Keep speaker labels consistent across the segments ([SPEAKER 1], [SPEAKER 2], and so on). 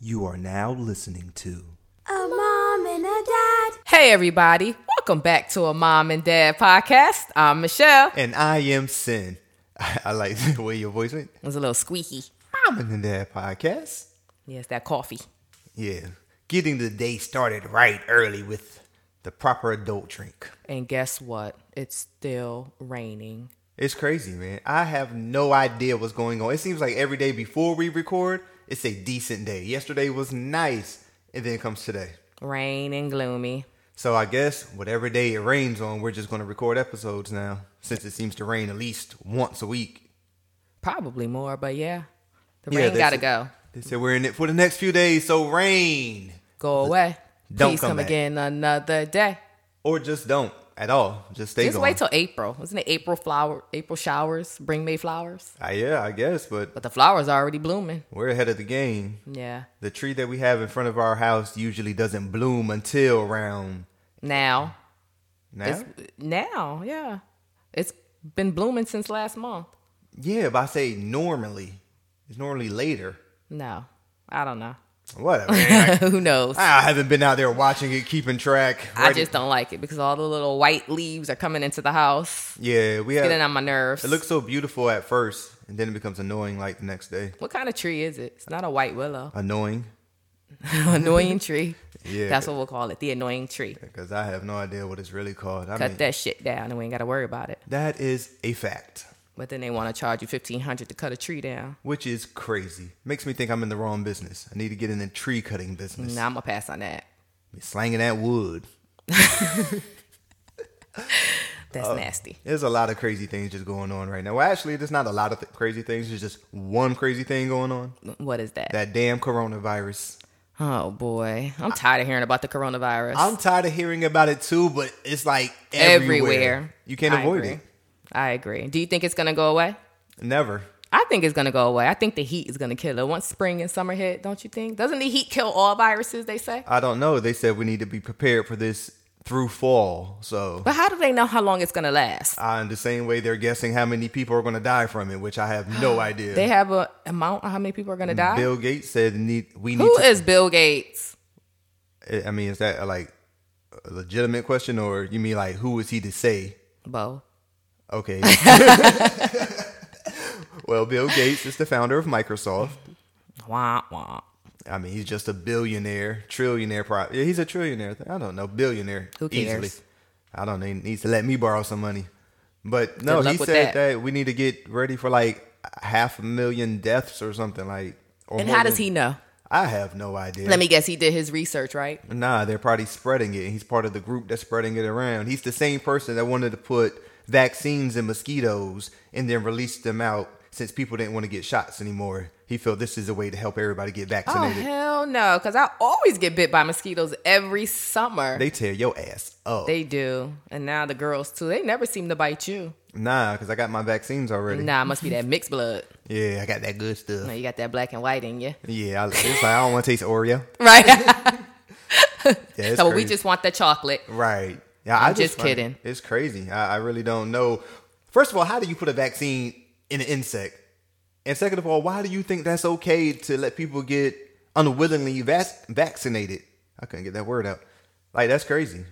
[SPEAKER 1] You are now listening to.
[SPEAKER 2] A mom and a dad.
[SPEAKER 3] Hey, everybody. Welcome back to a Mom and Dad podcast. I'm Michelle.
[SPEAKER 1] And I am Sin. I, I like the way your voice went.
[SPEAKER 3] It was a little squeaky.
[SPEAKER 1] I'm in the dad podcast.
[SPEAKER 3] Yes, that coffee.
[SPEAKER 1] Yeah. Getting the day started right early with the proper adult drink.
[SPEAKER 3] And guess what? It's still raining.
[SPEAKER 1] It's crazy, man. I have no idea what's going on. It seems like every day before we record, it's a decent day. Yesterday was nice, and then comes today.
[SPEAKER 3] Rain and gloomy.
[SPEAKER 1] So I guess whatever day it rains on, we're just going to record episodes now, since it seems to rain at least once a week.
[SPEAKER 3] Probably more, but yeah. The
[SPEAKER 1] Yeah,
[SPEAKER 3] rain
[SPEAKER 1] they
[SPEAKER 3] gotta
[SPEAKER 1] said-
[SPEAKER 3] go.
[SPEAKER 1] They said we're in it for the next few days, so rain
[SPEAKER 3] Go away.
[SPEAKER 1] Don't
[SPEAKER 3] Please
[SPEAKER 1] come
[SPEAKER 3] come,
[SPEAKER 1] back.
[SPEAKER 3] again another day.
[SPEAKER 1] or just don't at all. Just stay
[SPEAKER 3] Just
[SPEAKER 1] gone.
[SPEAKER 3] wait till April. Wasn't it April flower April showers? Bring May flowers.
[SPEAKER 1] Ah, yeah, I guess, but
[SPEAKER 3] But the flowers are already blooming.
[SPEAKER 1] we're ahead of the game.
[SPEAKER 3] Yeah.
[SPEAKER 1] The tree that we have in front of our house usually doesn't bloom until around
[SPEAKER 3] Now.
[SPEAKER 1] now.
[SPEAKER 3] It's now, yeah. It's been blooming since last month.
[SPEAKER 1] yeah, but I say normally. It's normally later.
[SPEAKER 3] No. I don't know.
[SPEAKER 1] Whatever. man. Like,
[SPEAKER 3] Who knows?
[SPEAKER 1] I haven't been out there watching it, keeping track.
[SPEAKER 3] I
[SPEAKER 1] Right-
[SPEAKER 3] just don't like it because all the little white leaves are coming into the house,
[SPEAKER 1] yeah, we have.
[SPEAKER 3] getting on my nerves.
[SPEAKER 1] It looks so beautiful at first, and then it becomes annoying like the next day.
[SPEAKER 3] what kind of tree is it? It's not a white willow.
[SPEAKER 1] Annoying.
[SPEAKER 3] annoying tree.
[SPEAKER 1] Yeah.
[SPEAKER 3] That's what we'll call it, the annoying tree.
[SPEAKER 1] Because I have no idea what it's really called. I
[SPEAKER 3] Cut
[SPEAKER 1] mean,
[SPEAKER 3] that shit down and we ain't got to worry about it.
[SPEAKER 1] that is a fact,
[SPEAKER 3] But then they want to charge you 1500 to cut a tree down.
[SPEAKER 1] which is crazy. Makes me think I'm in the wrong business. I need to get in the tree cutting business.
[SPEAKER 3] Now I'm going to pass on that.
[SPEAKER 1] Be slanging that wood.
[SPEAKER 3] That's
[SPEAKER 1] Oh.
[SPEAKER 3] nasty.
[SPEAKER 1] There's a lot of crazy things just going on right now. Well, actually, there's not a lot of th- crazy things. There's just one crazy thing going on.
[SPEAKER 3] What is that?
[SPEAKER 1] That damn coronavirus.
[SPEAKER 3] Oh, boy. I'm tired of hearing about the coronavirus.
[SPEAKER 1] I'm tired of hearing about it too, but it's like everywhere.
[SPEAKER 3] everywhere.
[SPEAKER 1] You can't
[SPEAKER 3] I
[SPEAKER 1] avoid
[SPEAKER 3] agree. I agree. Do you think it's going to go away?
[SPEAKER 1] it. Never.
[SPEAKER 3] I think it's gonna go away. I think the heat is gonna kill it once spring and summer hit. Don't you think? Doesn't the heat kill all viruses? They say.
[SPEAKER 1] I don't know. They said we need to be prepared for this through fall. So,
[SPEAKER 3] But how do they know how long it's gonna last?
[SPEAKER 1] uh, in the same way, they're guessing how many people are going to die from it, which I have no idea.
[SPEAKER 3] They have a amount of how many people are gonna die.
[SPEAKER 1] Bill Gates said need we need.
[SPEAKER 3] Who
[SPEAKER 1] to,
[SPEAKER 3] is Bill Gates?
[SPEAKER 1] I mean, is that like a legitimate question, or you mean like who is he to say?
[SPEAKER 3] Bo.
[SPEAKER 1] Okay. well, Bill Gates is the founder of Microsoft.
[SPEAKER 3] Wah wah.
[SPEAKER 1] I mean, he's just a billionaire, trillionaire. Pro- yeah, he's a trillionaire. I don't know, billionaire.
[SPEAKER 3] Who cares?
[SPEAKER 1] I don't know. He needs to let me borrow some money. But no,
[SPEAKER 3] Good luck
[SPEAKER 1] he
[SPEAKER 3] with
[SPEAKER 1] said that.
[SPEAKER 3] that.
[SPEAKER 1] we need to get ready for like half a million deaths or something like. Or
[SPEAKER 3] And
[SPEAKER 1] more
[SPEAKER 3] how does
[SPEAKER 1] than-
[SPEAKER 3] he know?
[SPEAKER 1] I have no idea.
[SPEAKER 3] Let me guess. He did his research, right?
[SPEAKER 1] Nah, they're probably spreading it. He's part of the group that's spreading it around. He's the same person that wanted to put vaccines in mosquitoes and then release them out since people didn't want to get shots anymore. He felt this is a way to help everybody get
[SPEAKER 3] Oh
[SPEAKER 1] vaccinated.
[SPEAKER 3] hell no! Because I always get bit by mosquitoes every summer. They,
[SPEAKER 1] they tear your ass up.
[SPEAKER 3] do, and now the girls too. They never seem to bite you.
[SPEAKER 1] nah, because I got my vaccines already.
[SPEAKER 3] Nah, it must be that mixed blood.
[SPEAKER 1] Yeah, I got that good stuff.
[SPEAKER 3] Now you got that black and white in you,
[SPEAKER 1] Yeah, I, it's like I don't want to taste Oreo.
[SPEAKER 3] right?
[SPEAKER 1] Yeah, it's
[SPEAKER 3] So we
[SPEAKER 1] crazy.
[SPEAKER 3] just want the chocolate.
[SPEAKER 1] Right. Yeah,
[SPEAKER 3] I'm
[SPEAKER 1] I
[SPEAKER 3] just
[SPEAKER 1] find it-
[SPEAKER 3] kidding.
[SPEAKER 1] It's crazy. I, I really don't know. First of all, how do you put a vaccine in an insect? And second of all, why do you think that's okay to let people get unwillingly vac- vaccinated? I couldn't get that word out. Like that's crazy.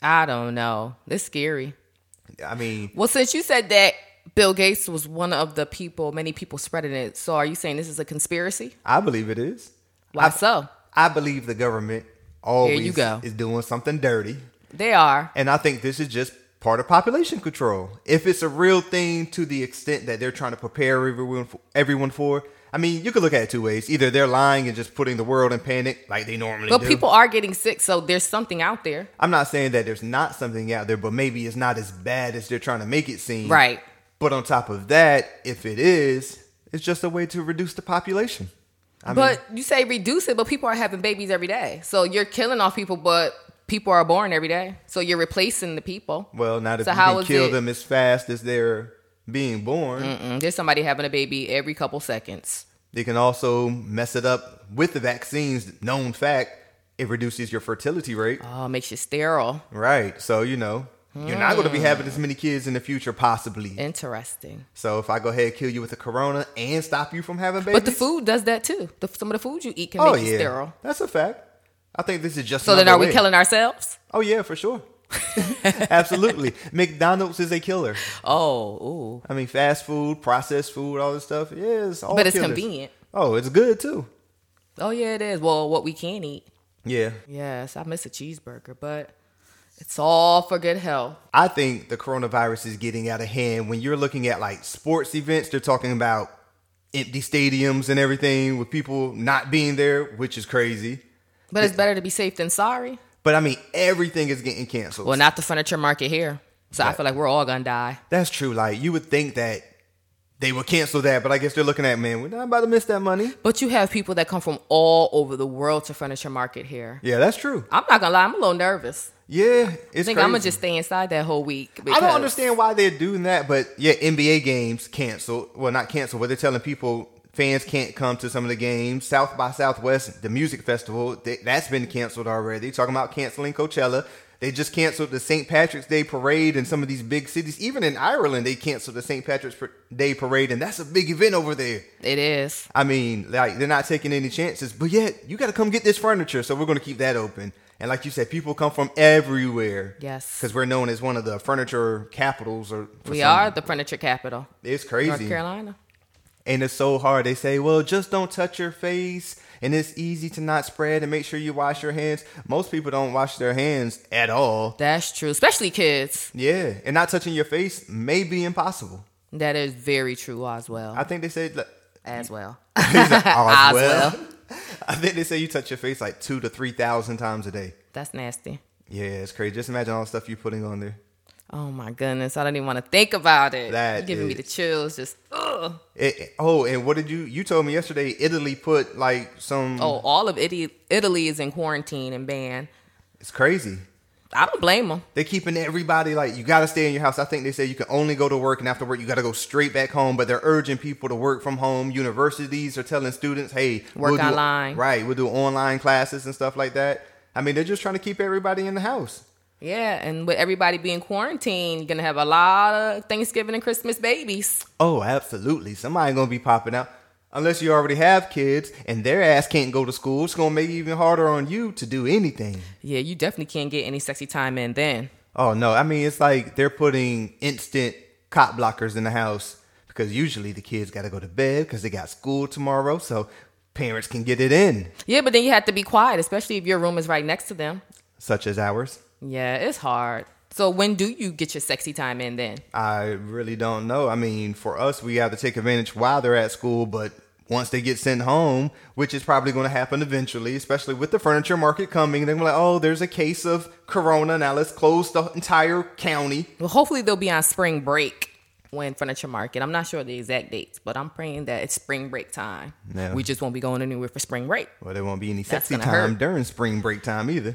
[SPEAKER 3] I don't know. It's scary.
[SPEAKER 1] I mean,
[SPEAKER 3] Well, since you said that Bill Gates was one of the people, many people spreading it. So are you saying this is a conspiracy?
[SPEAKER 1] I believe it is.
[SPEAKER 3] Why so?
[SPEAKER 1] I believe the government always
[SPEAKER 3] go.
[SPEAKER 1] is doing something dirty,
[SPEAKER 3] They are.
[SPEAKER 1] and I think this is just part of population control. If it's a real thing to the extent that they're trying to prepare everyone for, everyone for, I mean, you could look at it two ways. Either they're lying and just putting the world in panic like they normally
[SPEAKER 3] But
[SPEAKER 1] do.
[SPEAKER 3] people are getting sick, so there's something out there.
[SPEAKER 1] I'm not saying that there's not something out there, but maybe it's not as bad as they're trying to make it seem.
[SPEAKER 3] Right.
[SPEAKER 1] But on top of that, if it is, it's just a way to reduce the population. I mean,
[SPEAKER 3] but you say reduce it, but people are having babies every day. So you're killing off people, but people are born every day. So you're replacing the people.
[SPEAKER 1] well, not if
[SPEAKER 3] So
[SPEAKER 1] you
[SPEAKER 3] how
[SPEAKER 1] can
[SPEAKER 3] is
[SPEAKER 1] kill
[SPEAKER 3] it-
[SPEAKER 1] them as fast as they're being born.
[SPEAKER 3] Mm, There's somebody having a baby every couple seconds.
[SPEAKER 1] They can also mess it up with the vaccines.
[SPEAKER 3] Uh.
[SPEAKER 1] Known fact, it reduces your fertility rate.
[SPEAKER 3] Oh, makes you sterile.
[SPEAKER 1] Right. So, you know, You're not going to be
[SPEAKER 3] Hmm.
[SPEAKER 1] having as many kids in the future, possibly.
[SPEAKER 3] Eh. Interesting.
[SPEAKER 1] So if I go ahead and kill you with the corona and stop you from having babies,
[SPEAKER 3] But the food does that too. The, some of the food you eat can
[SPEAKER 1] oh
[SPEAKER 3] make you
[SPEAKER 1] yeah,
[SPEAKER 3] sterile.
[SPEAKER 1] that's a fact. I think this is just
[SPEAKER 3] So then,
[SPEAKER 1] another
[SPEAKER 3] are we
[SPEAKER 1] way.
[SPEAKER 3] killing ourselves?
[SPEAKER 1] Oh yeah, for sure. Absolutely, McDonald's is a killer.
[SPEAKER 3] Oh, ooh.
[SPEAKER 1] I mean, fast food, processed food, all this stuff. Yeah, it's all.
[SPEAKER 3] But it's
[SPEAKER 1] killers.
[SPEAKER 3] convenient.
[SPEAKER 1] Oh, it's good too.
[SPEAKER 3] Oh yeah, it is. Well, what we can eat.
[SPEAKER 1] Yeah,
[SPEAKER 3] Yes, I miss a cheeseburger, but it's all for good health.
[SPEAKER 1] I think the coronavirus is getting out of hand. When you're looking at like sports events, they're talking about empty stadiums and everything with people not being there, which is crazy.
[SPEAKER 3] But it's better to be safe than sorry.
[SPEAKER 1] But I mean, everything is getting canceled.
[SPEAKER 3] Well, not the furniture market here. So I feel like we're all gonna die.
[SPEAKER 1] That's true. Like you would think that they would cancel that, but I guess they're looking at man, we're not about to miss that money.
[SPEAKER 3] But you have people that come from all over the world to furniture market here.
[SPEAKER 1] Yeah, that's true.
[SPEAKER 3] I'm not gonna lie, I'm a little nervous.
[SPEAKER 1] Yeah, it's
[SPEAKER 3] I think
[SPEAKER 1] crazy.
[SPEAKER 3] I'm gonna just stay inside that whole week.
[SPEAKER 1] I
[SPEAKER 3] because-
[SPEAKER 1] don't understand why they're doing that, but yeah, NBA games canceled. Well, not canceled, but they're telling people fans can't come to some of the games. South by Southwest, the music festival, they, that's been canceled already. Talking about canceling Coachella. They just canceled the St. Patrick's Day parade in some of these big cities. Even in Ireland, they canceled the St. Patrick's par- Day parade, and that's a big event over there.
[SPEAKER 3] It is.
[SPEAKER 1] I mean, like they're not taking any chances, but yet you got to come get this furniture, so we're going to keep that open. And like you said, people come from everywhere.
[SPEAKER 3] Yes.
[SPEAKER 1] because we're known as one of the furniture capitals. Or for
[SPEAKER 3] We
[SPEAKER 1] some-
[SPEAKER 3] are the furniture capital,
[SPEAKER 1] It's
[SPEAKER 3] North
[SPEAKER 1] crazy,
[SPEAKER 3] Carolina.
[SPEAKER 1] and it's so hard. They say, "Well, just don't touch your face," and it's easy to not spread. And make sure you wash your hands. Most people don't wash their hands at all.
[SPEAKER 3] That's true, especially kids.
[SPEAKER 1] Yeah, and not touching your face may be impossible.
[SPEAKER 3] That is very true as well.
[SPEAKER 1] I think they said like,
[SPEAKER 3] as well.
[SPEAKER 1] He's like, "Oh, well."
[SPEAKER 3] As well.
[SPEAKER 1] I think they say you touch your face like two to three thousand times a day.
[SPEAKER 3] That's nasty.
[SPEAKER 1] Yeah, it's crazy. Just imagine all the stuff you're putting on there.
[SPEAKER 3] Oh my goodness, I don't even want to think about it.
[SPEAKER 1] That
[SPEAKER 3] You're giving me
[SPEAKER 1] is-
[SPEAKER 3] the chills. Just ugh.
[SPEAKER 1] It, it- oh, and what did you? You told me yesterday Italy put like some.
[SPEAKER 3] Oh, all of Italy, Italy is in quarantine and banned.
[SPEAKER 1] it's crazy.
[SPEAKER 3] I don't blame them.
[SPEAKER 1] They're keeping everybody like you got to stay in your house. I think they say you can only go to work, and after work you got to go straight back home. But they're urging people to work from home. Universities are telling students, "Hey,
[SPEAKER 3] Work
[SPEAKER 1] do-
[SPEAKER 3] online.
[SPEAKER 1] right? We'll do online classes and stuff like that." I mean, they're just trying to keep everybody in the house.
[SPEAKER 3] Yeah, and with everybody being quarantined, you're gonna have a lot of Thanksgiving and Christmas babies.
[SPEAKER 1] Oh, absolutely. Somebody gonna be popping out. Unless you already have kids and their ass can't go to school, it's gonna make it even harder on you to do anything.
[SPEAKER 3] Yeah, you definitely can't get any sexy time in then.
[SPEAKER 1] Oh no, I mean it's like they're putting instant cop blockers in the house because usually the kids got to go to bed because they got school tomorrow, so parents can get it in,
[SPEAKER 3] Yeah, but then you have to be quiet, especially if your room is right next to them.
[SPEAKER 1] such as ours.
[SPEAKER 3] Yeah, it's hard. So when do you get your sexy time in then?
[SPEAKER 1] I really don't know. I mean, for us, we have to take advantage while they're at school, but once they get sent home, which is probably going to happen eventually, especially with the furniture market coming, they're gonna be like, oh, there's a case of corona. Now let's close the entire county.
[SPEAKER 3] Well, hopefully they'll be on spring break when furniture market. I'm not sure the exact dates, but I'm praying that it's spring break time.
[SPEAKER 1] Yeah.
[SPEAKER 3] We just won't be going anywhere for spring break.
[SPEAKER 1] Well, there won't be any
[SPEAKER 3] That's
[SPEAKER 1] sexy
[SPEAKER 3] gonna
[SPEAKER 1] time
[SPEAKER 3] hurt.
[SPEAKER 1] during spring break time either.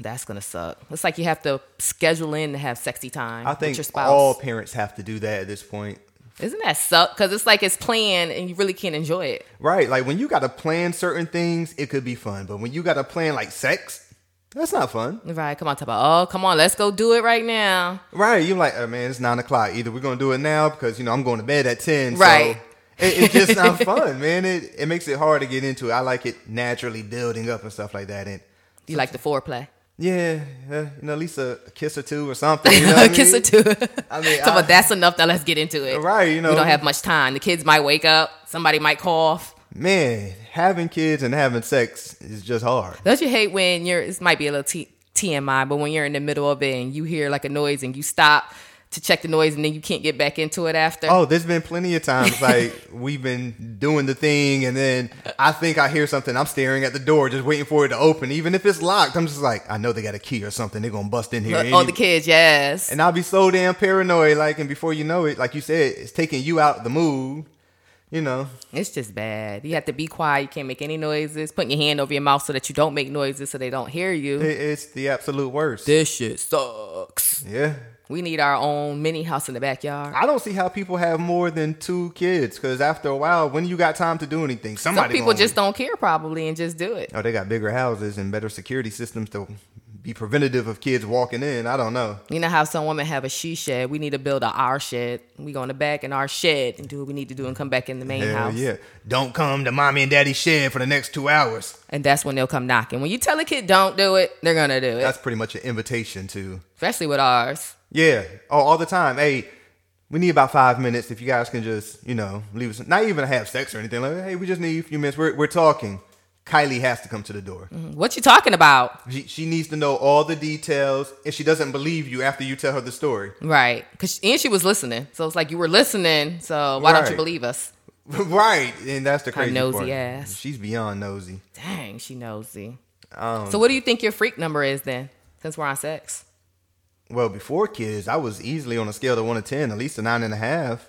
[SPEAKER 3] That's gonna suck. It's like you have to schedule in to have sexy time
[SPEAKER 1] I think
[SPEAKER 3] with your spouse.
[SPEAKER 1] all parents have to do that at this point.
[SPEAKER 3] Isn't that suck? Because it's like it's planned and you really can't enjoy it.
[SPEAKER 1] Right. Like when you got to plan certain things, it could be fun. But when you got to plan like sex, that's not fun.
[SPEAKER 3] Right? Come on, talk about oh, come on, let's go do it right now.
[SPEAKER 1] Right. You're like, oh man, it's nine o'clock. Either we're going to do it now because, you know, I'm going to bed at 10.
[SPEAKER 3] Right.
[SPEAKER 1] So it, it's just not fun, man. It, it makes it hard to get into. I like it naturally building up and stuff like that. And
[SPEAKER 3] You like the foreplay?
[SPEAKER 1] yeah, uh, you know, at least a, a kiss or two or something. You know
[SPEAKER 3] a
[SPEAKER 1] what I
[SPEAKER 3] kiss
[SPEAKER 1] mean?
[SPEAKER 3] or two.
[SPEAKER 1] I mean,
[SPEAKER 3] Talk
[SPEAKER 1] I-
[SPEAKER 3] about that's enough. Now let's get into it.
[SPEAKER 1] Right, you know.
[SPEAKER 3] we don't have much time. The kids might wake up. Somebody might cough.
[SPEAKER 1] Man, having kids and having sex is just hard.
[SPEAKER 3] Don't you hate when you're? This might be a little t- TMI, but when you're in the middle of it and you hear like a noise and you stop to check the noise and then you can't get back into it after.
[SPEAKER 1] Oh, there's been plenty of times like we've been doing the thing, and then I think I hear something. I'm staring at the door, just waiting for it to open, even if it's locked. I'm just like, I know they got a key or something. They're gonna bust in here.
[SPEAKER 3] Look,
[SPEAKER 1] any-
[SPEAKER 3] oh, the kids, yes.
[SPEAKER 1] and I'll be so damn paranoid. Like, and before you know it, like you said, it's taking you out the mood. You know,
[SPEAKER 3] It's just bad. You have to be quiet. You can't make any noises. Putting your hand over your mouth so that you don't make noises so they don't hear you.
[SPEAKER 1] it, it's the absolute worst.
[SPEAKER 3] This shit sucks.
[SPEAKER 1] Yeah,
[SPEAKER 3] We need our own mini house in the backyard.
[SPEAKER 1] I don't see how people have more than two kids because after a while, when you got time to do anything, somebody
[SPEAKER 3] Some people
[SPEAKER 1] gonna-
[SPEAKER 3] just don't care probably and just do it.
[SPEAKER 1] Oh, they got bigger houses and better security systems to be preventative of kids walking in. I don't know.
[SPEAKER 3] You know how some women have a she shed. We need to build a our shed. We go in the back in our shed and do what we need to do and come back in the main
[SPEAKER 1] Hell
[SPEAKER 3] house.
[SPEAKER 1] yeah. Don't come to mommy and daddy's shed for the next two hours.
[SPEAKER 3] And that's when they'll come knocking. When you tell a kid don't do it, they're gonna do it.
[SPEAKER 1] That's pretty much an invitation to
[SPEAKER 3] Especially with ours.
[SPEAKER 1] Yeah. Oh, all the time. Hey, we need about five minutes. If you guys can just, you know, leave us. Not even have sex or anything. Like, hey, we just need a few minutes. We're, we're talking. Kylie has to come to the door.
[SPEAKER 3] Mm-hmm. What you talking about?
[SPEAKER 1] She, she needs to know all the details, and she doesn't believe you after you tell her the story.
[SPEAKER 3] Right. Cause and she was listening. So it's like you were listening, so why don't you
[SPEAKER 1] Right.
[SPEAKER 3] believe us?
[SPEAKER 1] right. And that's the crazy
[SPEAKER 3] nosy
[SPEAKER 1] part.
[SPEAKER 3] ass.
[SPEAKER 1] She's beyond nosy.
[SPEAKER 3] Dang, she nosy.
[SPEAKER 1] Um,
[SPEAKER 3] So what do you think your freak number is then? Since we're on sex.
[SPEAKER 1] well, before kids, I was easily on a scale of one to ten, at least a nine and a half.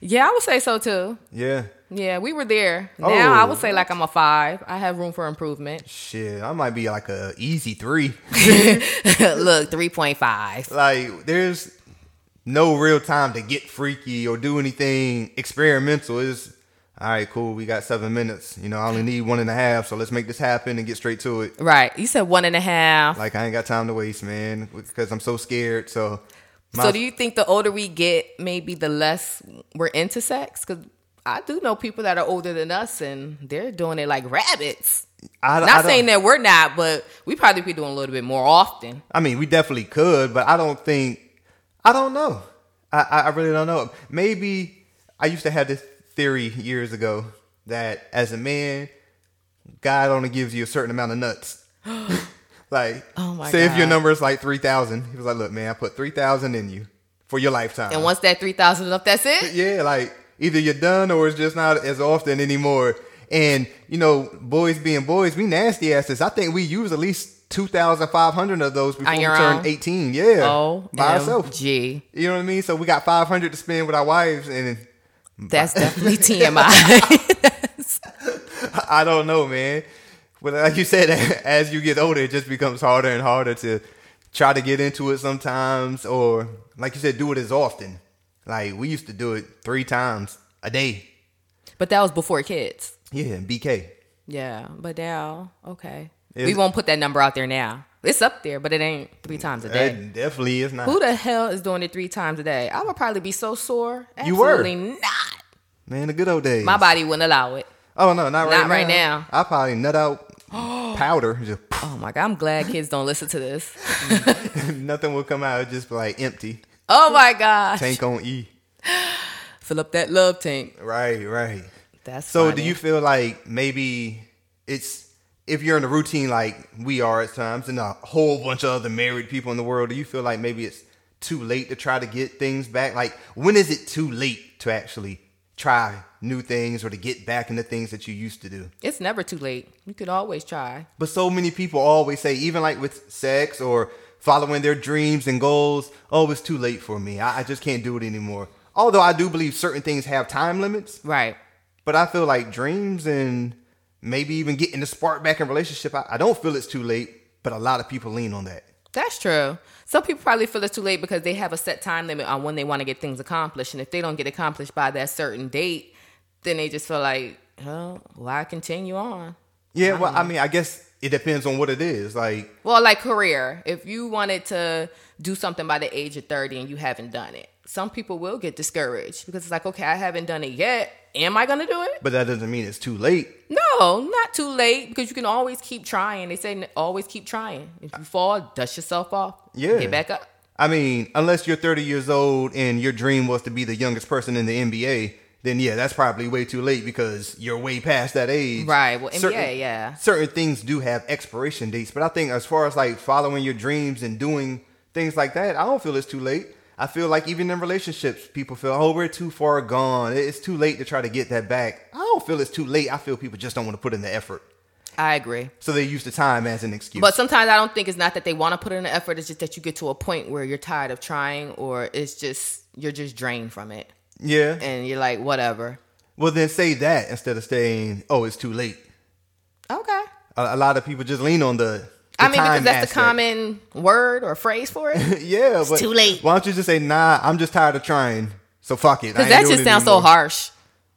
[SPEAKER 3] Yeah, I would say so too.
[SPEAKER 1] Yeah.
[SPEAKER 3] Yeah, we were there. Now I
[SPEAKER 1] Oh.
[SPEAKER 3] would say like I'm a five. I have room for improvement.
[SPEAKER 1] Shit, I might be like a easy three.
[SPEAKER 3] Look, three point five.
[SPEAKER 1] like there's no real time to get freaky or do anything experimental. It's all right, cool. We got seven minutes. You know, I only need one and a half, so let's make this happen and get straight to it.
[SPEAKER 3] Right. You said one and a half.
[SPEAKER 1] Like I ain't got time to waste, man, because I'm so scared. So,
[SPEAKER 3] so do you think the older we get, maybe the less we're into sex? Because I do know people that are older than us and they're doing it like rabbits.
[SPEAKER 1] I,
[SPEAKER 3] Not saying that we're not, but we probably be doing a little bit more often.
[SPEAKER 1] I mean, we definitely could, but I don't think. I don't know. I, I, I really don't know. Maybe I used to have this theory years ago that as a man, God only gives you a certain amount of nuts. like,
[SPEAKER 3] Oh my
[SPEAKER 1] say if your
[SPEAKER 3] God.
[SPEAKER 1] number is like three thousand, he was like, "Look, man, I put three thousand in you for your lifetime."
[SPEAKER 3] And once that three thousand is up, that's it.
[SPEAKER 1] yeah, like either you're done or it's just not as often anymore. And you know, boys being boys, we nasty asses. I think we use at least two thousand five hundred of those before we
[SPEAKER 3] your
[SPEAKER 1] turn
[SPEAKER 3] own?
[SPEAKER 1] eighteen. Yeah,
[SPEAKER 3] Oh,
[SPEAKER 1] by ourselves.
[SPEAKER 3] G.
[SPEAKER 1] You know what I mean? So we got five hundred to spend with our wives, and
[SPEAKER 3] That's definitely TMI.
[SPEAKER 1] I don't know, man. But like you said, as you get older, it just becomes harder and harder to try to get into it sometimes, or like you said, do it as often. Like we used to do it three times a day.
[SPEAKER 3] but that was before kids.
[SPEAKER 1] Yeah, BK.
[SPEAKER 3] Yeah. But now, okay.
[SPEAKER 1] Is-
[SPEAKER 3] we won't put that number out there now. It's up there, but it ain't three times a day.
[SPEAKER 1] That definitely is not.
[SPEAKER 3] Who the hell is doing it three times a day? I would probably be so sore. Absolutely
[SPEAKER 1] You were.
[SPEAKER 3] not.
[SPEAKER 1] Man, the good old days.
[SPEAKER 3] My body wouldn't allow it.
[SPEAKER 1] Oh no, not right
[SPEAKER 3] Not
[SPEAKER 1] now.
[SPEAKER 3] right now.
[SPEAKER 1] I probably nut out powder. Just
[SPEAKER 3] Oh my god, I'm glad kids don't listen to this.
[SPEAKER 1] nothing will come out. It'll just be like empty.
[SPEAKER 3] Oh my god.
[SPEAKER 1] Tank on E.
[SPEAKER 3] Fill up that love tank.
[SPEAKER 1] Right, right.
[SPEAKER 3] That's
[SPEAKER 1] So do
[SPEAKER 3] funny.
[SPEAKER 1] you feel like maybe it's if you're in a routine like we are at times and a whole bunch of other married people in the world, do you feel like maybe it's too late to try to get things back? Like when is it too late to actually try new things or to get back into things that you used to do?
[SPEAKER 3] It's never too late. You could always try.
[SPEAKER 1] But so many people always say, even like with sex or following their dreams and goals, oh, it's too late for me. I, I just can't do it anymore. Although I do believe certain things have time limits,
[SPEAKER 3] Right.
[SPEAKER 1] but I feel like dreams and maybe even getting the spark back in relationship, I, I don't feel it's too late, but a lot of people lean on that.
[SPEAKER 3] That's true. Some people probably feel it's too late because they have a set time limit on when they want to get things accomplished. And if they don't get accomplished by that certain date, then they just feel like, oh, why continue on?
[SPEAKER 1] Yeah, well, I mean, I guess it depends on what it is. Like,
[SPEAKER 3] Well, like career. If you wanted to do something by the age of 30 and you haven't done it, some people will get discouraged because it's like, okay, I haven't done it yet. Am I going to do it?
[SPEAKER 1] but that doesn't mean it's too late.
[SPEAKER 3] No, not too late because you can always keep trying. They say n- always keep trying. If you fall, dust yourself off.
[SPEAKER 1] Yeah.
[SPEAKER 3] Get back up.
[SPEAKER 1] I mean, unless you're 30 years old and your dream was to be the youngest person in the NBA, then yeah, that's probably way too late because you're way past that age.
[SPEAKER 3] Right. Well, NBA, yeah.
[SPEAKER 1] Certain things do have expiration dates, but I think as far as like following your dreams and doing things like that, I don't feel it's too late. I feel like even in relationships, people feel, oh, we're too far gone. It- It's too late to try to get that back. I don't feel it's too late. I feel people just don't want to put in the effort.
[SPEAKER 3] I agree.
[SPEAKER 1] So they use the time as an excuse.
[SPEAKER 3] But sometimes I don't think it's not that they want to put in the effort. It's just that you get to a point where you're tired of trying or it's just, you're just drained from it.
[SPEAKER 1] yeah.
[SPEAKER 3] And you're like, whatever.
[SPEAKER 1] Well, then say that instead of saying, "Oh, it's too late."
[SPEAKER 3] Okay.
[SPEAKER 1] A, a lot of people just lean on the. the
[SPEAKER 3] I mean, because
[SPEAKER 1] time
[SPEAKER 3] that's the
[SPEAKER 1] aspect.
[SPEAKER 3] common word or phrase for it. Because
[SPEAKER 1] yeah, but
[SPEAKER 3] too late.
[SPEAKER 1] Why don't you just say, "Nah, I'm just tired of trying, so fuck it." Because
[SPEAKER 3] that just sounds so harsh.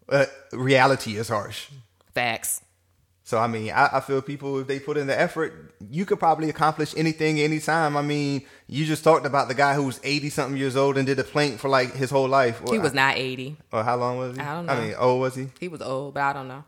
[SPEAKER 1] Uh, reality is harsh.
[SPEAKER 3] Facts.
[SPEAKER 1] So I mean, I, I feel people if they put in the effort, you could probably accomplish anything anytime. I mean, you just talked about the guy who's eighty something years old and did a plank for like his whole life.
[SPEAKER 3] He was not 80.
[SPEAKER 1] Or how long was he?
[SPEAKER 3] I don't
[SPEAKER 1] I
[SPEAKER 3] know.
[SPEAKER 1] mean, old was he?
[SPEAKER 3] He was old, but I don't know.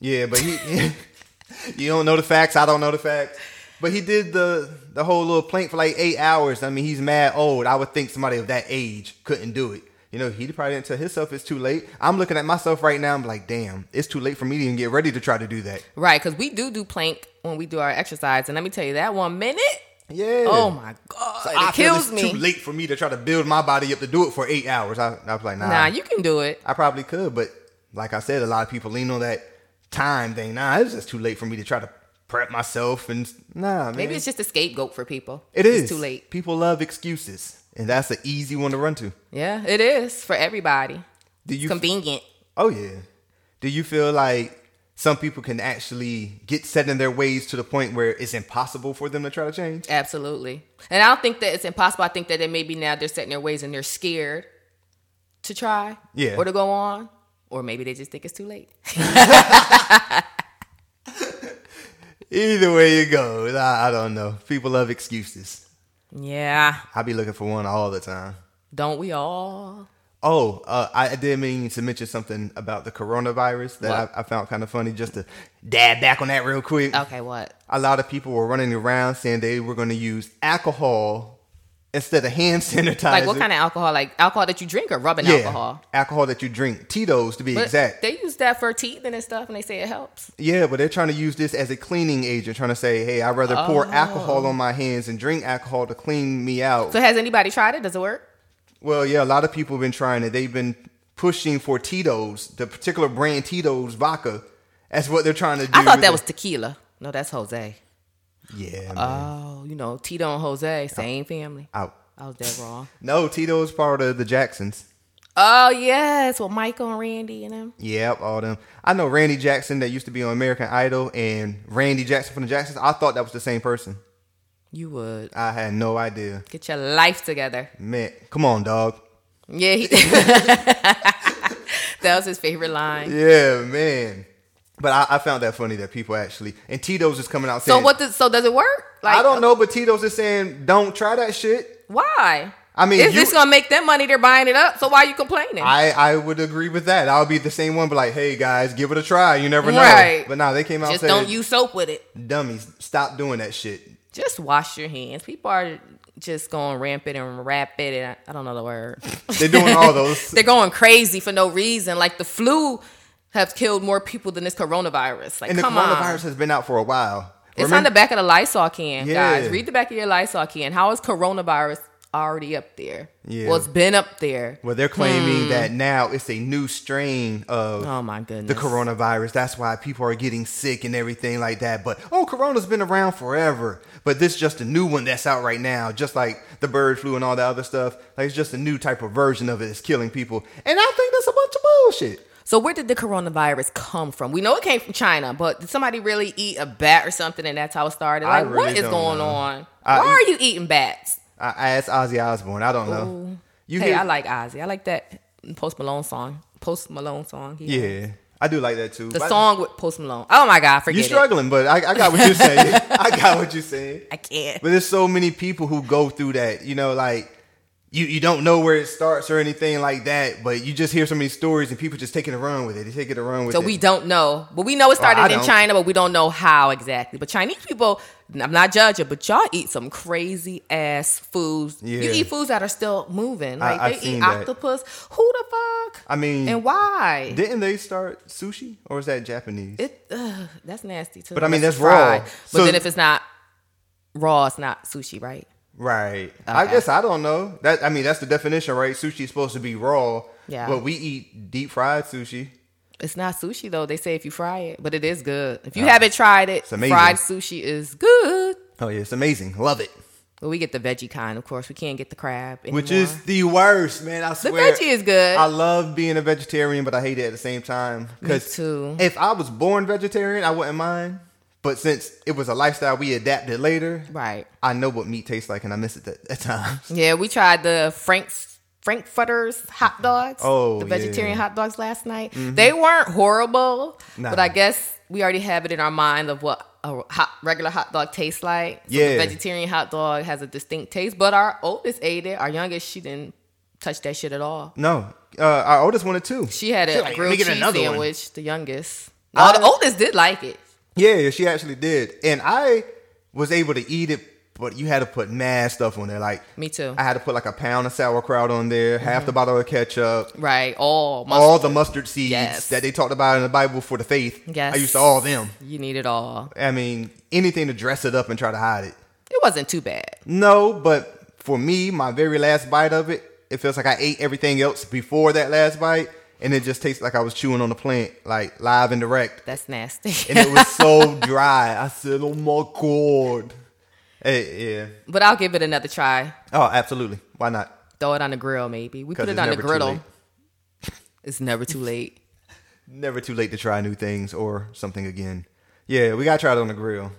[SPEAKER 1] Yeah, but he. you don't know the facts. I don't know the facts. But he did the the whole little plank for like eight hours. I mean, he's mad old. I would think somebody of that age couldn't do it. You know, he probably didn't tell himself it's too late. I'm looking at myself right now. I'm like, damn, it's too late for me to even get ready to try to do that.
[SPEAKER 3] Right, because we do do plank when we do our exercise. And let me tell you, that one minute,
[SPEAKER 1] Yeah.
[SPEAKER 3] oh my God, it
[SPEAKER 1] I feel
[SPEAKER 3] kills
[SPEAKER 1] it's
[SPEAKER 3] me.
[SPEAKER 1] Too late for me to try to build my body up to do it for eight hours. I, I was like, nah,
[SPEAKER 3] Nah, you can do it.
[SPEAKER 1] I probably could, but like I said, a lot of people lean on that time thing. Nah, it's just too late for me to try to prep myself and nah, man.
[SPEAKER 3] Maybe it's just a scapegoat for people.
[SPEAKER 1] It
[SPEAKER 3] It's
[SPEAKER 1] is.
[SPEAKER 3] too late.
[SPEAKER 1] People love excuses, and that's an easy one to run to.
[SPEAKER 3] Yeah, it is for everybody.
[SPEAKER 1] Do you?
[SPEAKER 3] Convenient.
[SPEAKER 1] oh yeah. Do you feel like some people can actually get set in their ways to the point where it's impossible for them to try to change?
[SPEAKER 3] Absolutely. And I don't think that it's impossible. I think that it maybe now they're setting their ways and they're scared to try
[SPEAKER 1] Yeah.
[SPEAKER 3] or to go on. Or maybe they just think it's too late.
[SPEAKER 1] Either way you go, I, I don't know. People love excuses.
[SPEAKER 3] yeah.
[SPEAKER 1] I be looking for one all the time.
[SPEAKER 3] Don't we all?
[SPEAKER 1] Oh, uh, I I did mean to mention something about the coronavirus that
[SPEAKER 3] What? Oh.
[SPEAKER 1] I, I found kind of funny. Just to dab back on that real quick.
[SPEAKER 3] Okay, what?
[SPEAKER 1] a lot of people were running around saying they were going to use alcohol instead of hand sanitizer.
[SPEAKER 3] Like what kind of alcohol? Like alcohol that you drink or rubbing alcohol?
[SPEAKER 1] alcohol that you drink, Tito's to be
[SPEAKER 3] But
[SPEAKER 1] exact.
[SPEAKER 3] They use that for teething and stuff, and they say it helps.
[SPEAKER 1] yeah, but they're trying to use this as a cleaning agent, trying to say, "Hey, I'd rather
[SPEAKER 3] Oh.
[SPEAKER 1] pour alcohol on my hands and drink alcohol to clean me out."
[SPEAKER 3] So has anybody tried it? Does it work?
[SPEAKER 1] well, yeah, a lot of people have been trying it. They've been pushing for Tito's, the particular brand Tito's vodka. That's what they're trying to do.
[SPEAKER 3] I thought
[SPEAKER 1] with
[SPEAKER 3] that
[SPEAKER 1] it.
[SPEAKER 3] was tequila. No, that's Jose.
[SPEAKER 1] yeah. man.
[SPEAKER 3] Oh, you know Tito and Jose, same family.
[SPEAKER 1] out.
[SPEAKER 3] I was dead wrong.
[SPEAKER 1] No, Tito's part of the Jacksons.
[SPEAKER 3] Oh yes, with Michael and Randy and them.
[SPEAKER 1] Yep, all them. I know Randy Jackson that used to be on American Idol and Randy Jackson from the Jacksons. I thought that was the same person.
[SPEAKER 3] You would
[SPEAKER 1] I had no idea.
[SPEAKER 3] get your life together.
[SPEAKER 1] Man, come on, dog.
[SPEAKER 3] Yeah, he, that was his favorite line.
[SPEAKER 1] Yeah, man. But I, I found that funny that people actually and Tito's is coming out
[SPEAKER 3] So
[SPEAKER 1] saying.
[SPEAKER 3] what? Does, so does it work?
[SPEAKER 1] I don't know, but Tito's is saying don't try that shit.
[SPEAKER 3] why.
[SPEAKER 1] I mean,
[SPEAKER 3] if
[SPEAKER 1] you-
[SPEAKER 3] it's gonna make them money, they're buying it up. So why are you complaining?
[SPEAKER 1] I I would agree with that. I'll be the same one, but like, hey guys, give it a try. You never know.
[SPEAKER 3] Right.
[SPEAKER 1] But nah, they came out
[SPEAKER 3] Just
[SPEAKER 1] saying,
[SPEAKER 3] don't use soap with it.
[SPEAKER 1] dummies, stop doing that shit.
[SPEAKER 3] Just wash your hands. People are just going rampant and rapid, and I, I don't know the word.
[SPEAKER 1] They're doing all those.
[SPEAKER 3] they're going crazy for no reason. Like the flu have killed more people than this coronavirus. Like
[SPEAKER 1] and the
[SPEAKER 3] come
[SPEAKER 1] coronavirus
[SPEAKER 3] on.
[SPEAKER 1] has been out for a while.
[SPEAKER 3] It's on the back of the Lysol can,
[SPEAKER 1] Yeah.
[SPEAKER 3] guys. Read the back of your Lysol can. How is coronavirus already up there?
[SPEAKER 1] Yeah.
[SPEAKER 3] Well, it's been up there.
[SPEAKER 1] Well, they're claiming
[SPEAKER 3] Hmm.
[SPEAKER 1] that now it's a new strain of
[SPEAKER 3] Oh my
[SPEAKER 1] the
[SPEAKER 3] goodness.
[SPEAKER 1] coronavirus. That's why people are getting sick and everything like that. But oh, corona's been around forever. But this just a new one that's out right now, just like the bird flu and all that other stuff. Like it's just a new type of version of it that's killing people. And I think that's a bunch of bullshit.
[SPEAKER 3] So where did the coronavirus come from? We know it came from China, but did somebody really eat a bat or something and that's how it started?
[SPEAKER 1] I
[SPEAKER 3] Like what
[SPEAKER 1] really
[SPEAKER 3] is
[SPEAKER 1] don't
[SPEAKER 3] going
[SPEAKER 1] know.
[SPEAKER 3] on?
[SPEAKER 1] I-
[SPEAKER 3] Why are you eating bats?
[SPEAKER 1] I, I asked Ozzy Osbourne. I don't know.
[SPEAKER 3] Ooh.
[SPEAKER 1] You
[SPEAKER 3] hey,
[SPEAKER 1] hear-
[SPEAKER 3] I like Ozzy. I like that Post Malone song. Post Malone song. he-
[SPEAKER 1] Yeah, I do like that too.
[SPEAKER 3] The
[SPEAKER 1] But
[SPEAKER 3] song with Post Malone. Oh my God, forget
[SPEAKER 1] You're
[SPEAKER 3] it.
[SPEAKER 1] struggling, but I, I got what you're saying. I got what you're saying.
[SPEAKER 3] I can't.
[SPEAKER 1] But there's so many people who go through that, you know, like you, you don't know where it starts or anything like that, but you just hear so many stories and people just taking a run with it. They take it a run with
[SPEAKER 3] So
[SPEAKER 1] it.
[SPEAKER 3] we don't know. But we know it
[SPEAKER 1] Well,
[SPEAKER 3] started
[SPEAKER 1] Oh, I
[SPEAKER 3] in
[SPEAKER 1] don't.
[SPEAKER 3] China, but we don't know how exactly. But Chinese people, I'm not judging, but y'all eat some crazy ass foods. You
[SPEAKER 1] Yeah.
[SPEAKER 3] eat foods that are still moving.
[SPEAKER 1] I-
[SPEAKER 3] Like
[SPEAKER 1] I've
[SPEAKER 3] they
[SPEAKER 1] seen
[SPEAKER 3] eat
[SPEAKER 1] that.
[SPEAKER 3] octopus. Who the fuck?
[SPEAKER 1] I mean-
[SPEAKER 3] and why?
[SPEAKER 1] Didn't they start sushi or is that Japanese?
[SPEAKER 3] it ugh, that's nasty too.
[SPEAKER 1] But I mean, that's
[SPEAKER 3] Unless it's
[SPEAKER 1] raw.
[SPEAKER 3] fried. But
[SPEAKER 1] So-
[SPEAKER 3] then if it's not raw, it's not sushi, right?
[SPEAKER 1] right. I
[SPEAKER 3] Okay.
[SPEAKER 1] guess I don't know. That I mean, that's the definition, right? Sushi is supposed to be raw.
[SPEAKER 3] Yeah.
[SPEAKER 1] But we eat deep fried sushi.
[SPEAKER 3] It's not sushi though. They say if you fry it, but it is good. If you haven't tried it,
[SPEAKER 1] amazing.
[SPEAKER 3] fried sushi is good.
[SPEAKER 1] Oh yeah, it's amazing. Love it.
[SPEAKER 3] But we get the veggie kind, of course. We can't get the crab. Anymore.
[SPEAKER 1] Which is the worst, man. I
[SPEAKER 3] the
[SPEAKER 1] swear.
[SPEAKER 3] veggie is good.
[SPEAKER 1] I love being a vegetarian, but I hate it at the same time. Because
[SPEAKER 3] too.
[SPEAKER 1] if I was born vegetarian, I wouldn't mind. But since it was a lifestyle we adapted later,
[SPEAKER 3] right.
[SPEAKER 1] I know what meat tastes like, and I miss it at, at times.
[SPEAKER 3] Yeah, we tried the Frank's Frankfurters hot dogs.
[SPEAKER 1] Oh,
[SPEAKER 3] the vegetarian
[SPEAKER 1] yeah. Mm-hmm.
[SPEAKER 3] hot dogs last night. They weren't horrible,
[SPEAKER 1] Nah.
[SPEAKER 3] but I guess we already have it in our mind of what a hot, regular hot dog tastes like. So the
[SPEAKER 1] Yeah.
[SPEAKER 3] vegetarian hot dog has a distinct taste, but our oldest ate it. Our youngest, she didn't touch that shit at all.
[SPEAKER 1] No, uh, our oldest wanted too.
[SPEAKER 3] She had a
[SPEAKER 1] like, "Let
[SPEAKER 3] grilled
[SPEAKER 1] me
[SPEAKER 3] cheese
[SPEAKER 1] get another one."
[SPEAKER 3] sandwich. The youngest, no, the
[SPEAKER 1] I-
[SPEAKER 3] oldest did like it.
[SPEAKER 1] Yeah, she actually did, and I was able to eat it, but you had to put mad stuff on there. Like
[SPEAKER 3] Me too. Mm-hmm.
[SPEAKER 1] I had to put like a pound of sauerkraut on there, half the bottle of ketchup,
[SPEAKER 3] right? All mustard.
[SPEAKER 1] all the mustard seeds
[SPEAKER 3] Yes.
[SPEAKER 1] that they talked about in the Bible for the faith.
[SPEAKER 3] Yes.
[SPEAKER 1] I used to all them.
[SPEAKER 3] You need it all.
[SPEAKER 1] I mean, anything to dress it up and try to hide it.
[SPEAKER 3] It wasn't too bad.
[SPEAKER 1] No, but for me, my very last bite of it, it feels like I ate everything else before that last bite, and it just tastes like I was chewing on a plant, like live and direct.
[SPEAKER 3] That's nasty.
[SPEAKER 1] and it was so dry. I said, "Oh my god!" Eh, yeah.
[SPEAKER 3] but I'll give it another try.
[SPEAKER 1] Oh, absolutely. Why not?
[SPEAKER 3] Throw it on the grill, maybe. We
[SPEAKER 1] 'Cause
[SPEAKER 3] put it
[SPEAKER 1] it's
[SPEAKER 3] on the
[SPEAKER 1] never too
[SPEAKER 3] griddle.
[SPEAKER 1] late.
[SPEAKER 3] It's never too late.
[SPEAKER 1] Never too late to try new things or something again. Yeah, we gotta try it on the grill.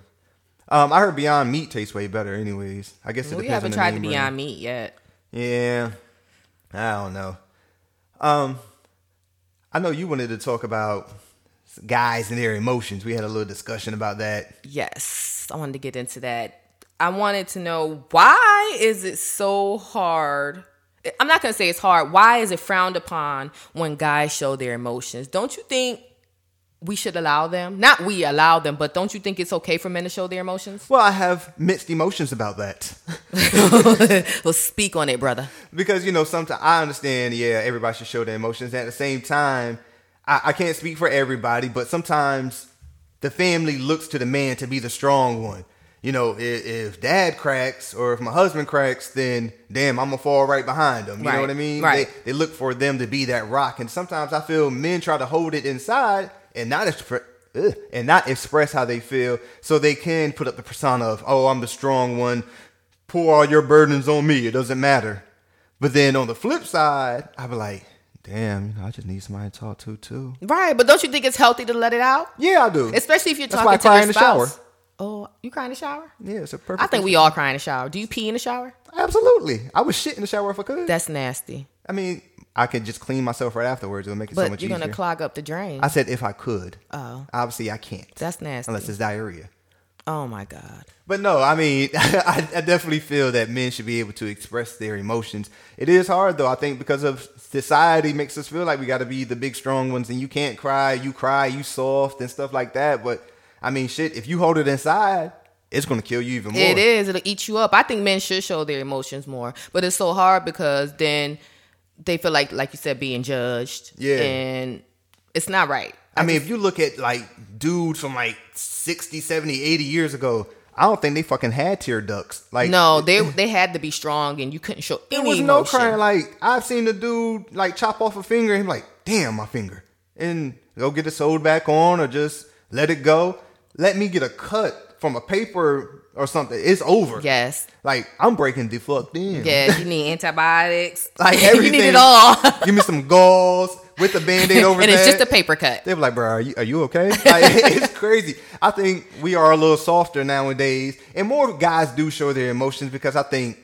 [SPEAKER 1] Um, I heard Beyond Meat tastes way better. Anyways, I guess it
[SPEAKER 3] we
[SPEAKER 1] depends on
[SPEAKER 3] haven't
[SPEAKER 1] the
[SPEAKER 3] tried the
[SPEAKER 1] name
[SPEAKER 3] Beyond Meat yet.
[SPEAKER 1] brand. Yeah, I don't know. Um, I know you wanted to talk about guys and their emotions. We had a little discussion about that.
[SPEAKER 3] Yes, I wanted to get into that. I wanted to know why is it so hard? I'm not going to say it's hard. Why is it frowned upon when guys show their emotions? Don't you think we should allow them? Not we allow them, but don't you think it's okay for men to show their emotions?
[SPEAKER 1] Well, I have mixed emotions about that.
[SPEAKER 3] Well, speak on it, brother.
[SPEAKER 1] because you know sometimes i understand yeah everybody should show their emotions at the same time I, I can't speak for everybody but sometimes the family looks to the man to be the strong one you know if, if dad cracks or if my husband cracks then damn i'm gonna fall right behind them you
[SPEAKER 3] Right,
[SPEAKER 1] know what i mean
[SPEAKER 3] right.
[SPEAKER 1] they, they look for them to be that rock and sometimes i feel men try to hold it inside and not expre- ugh, and not express how they feel so they can put up the persona of oh i'm the strong one pour all your burdens on me it doesn't matter but then on the flip side, I be like, damn, you know, I just need somebody to talk to too.
[SPEAKER 3] Right, but don't you think it's healthy to let it out?
[SPEAKER 1] Yeah, I do.
[SPEAKER 3] Especially if you're
[SPEAKER 1] That's
[SPEAKER 3] talking
[SPEAKER 1] why I
[SPEAKER 3] to
[SPEAKER 1] cry
[SPEAKER 3] your
[SPEAKER 1] in the
[SPEAKER 3] spouse.
[SPEAKER 1] shower.
[SPEAKER 3] Oh, you cry in the shower?
[SPEAKER 1] yeah, it's a perfect.
[SPEAKER 3] I think we all cry in the shower. Do you pee in the shower?
[SPEAKER 1] absolutely. I would shit in the shower if I could.
[SPEAKER 3] That's nasty.
[SPEAKER 1] I mean, I could just clean myself right afterwards. It would make it
[SPEAKER 3] But
[SPEAKER 1] so much
[SPEAKER 3] you're
[SPEAKER 1] easier.
[SPEAKER 3] gonna clog up the drain.
[SPEAKER 1] I said if I could.
[SPEAKER 3] Oh.
[SPEAKER 1] obviously I can't
[SPEAKER 3] That's nasty.
[SPEAKER 1] unless it's diarrhea.
[SPEAKER 3] oh my god.
[SPEAKER 1] But no, I mean, I, I definitely feel that men should be able to express their emotions. It is hard though, I think, because of society makes us feel like we got to be the big strong ones, and you can't cry, you cry, you soft and stuff like that. But I mean, shit, if you hold it inside, it's gonna kill you even more.
[SPEAKER 3] It is. It'll eat you up. I think men should show their emotions more, but it's so hard because then they feel like, like you said, being judged.
[SPEAKER 1] Yeah.
[SPEAKER 3] And it's not right.
[SPEAKER 1] I mean, if you look at like dudes from like 60, 70, 80 years ago, I don't think they fucking had tear ducts. Like,
[SPEAKER 3] No, they they had to be strong, and you couldn't show
[SPEAKER 1] There
[SPEAKER 3] any
[SPEAKER 1] was no
[SPEAKER 3] emotion.
[SPEAKER 1] crying. Like I've seen the dude like chop off a finger and like, damn my finger, and go get it sewed back on or just let it go. Let me get a cut from a paper or something. It's over.
[SPEAKER 3] yes.
[SPEAKER 1] Like I'm breaking the fuck in.
[SPEAKER 3] Yeah, you need antibiotics.
[SPEAKER 1] Like
[SPEAKER 3] you
[SPEAKER 1] everything.
[SPEAKER 3] need it all.
[SPEAKER 1] Give me some gauze with a band-aid over
[SPEAKER 3] and
[SPEAKER 1] that.
[SPEAKER 3] it's just a paper cut.
[SPEAKER 1] They were like, bro, are you, are you okay? Like, it's crazy. I think we are a little softer nowadays, and more guys do show their emotions because I think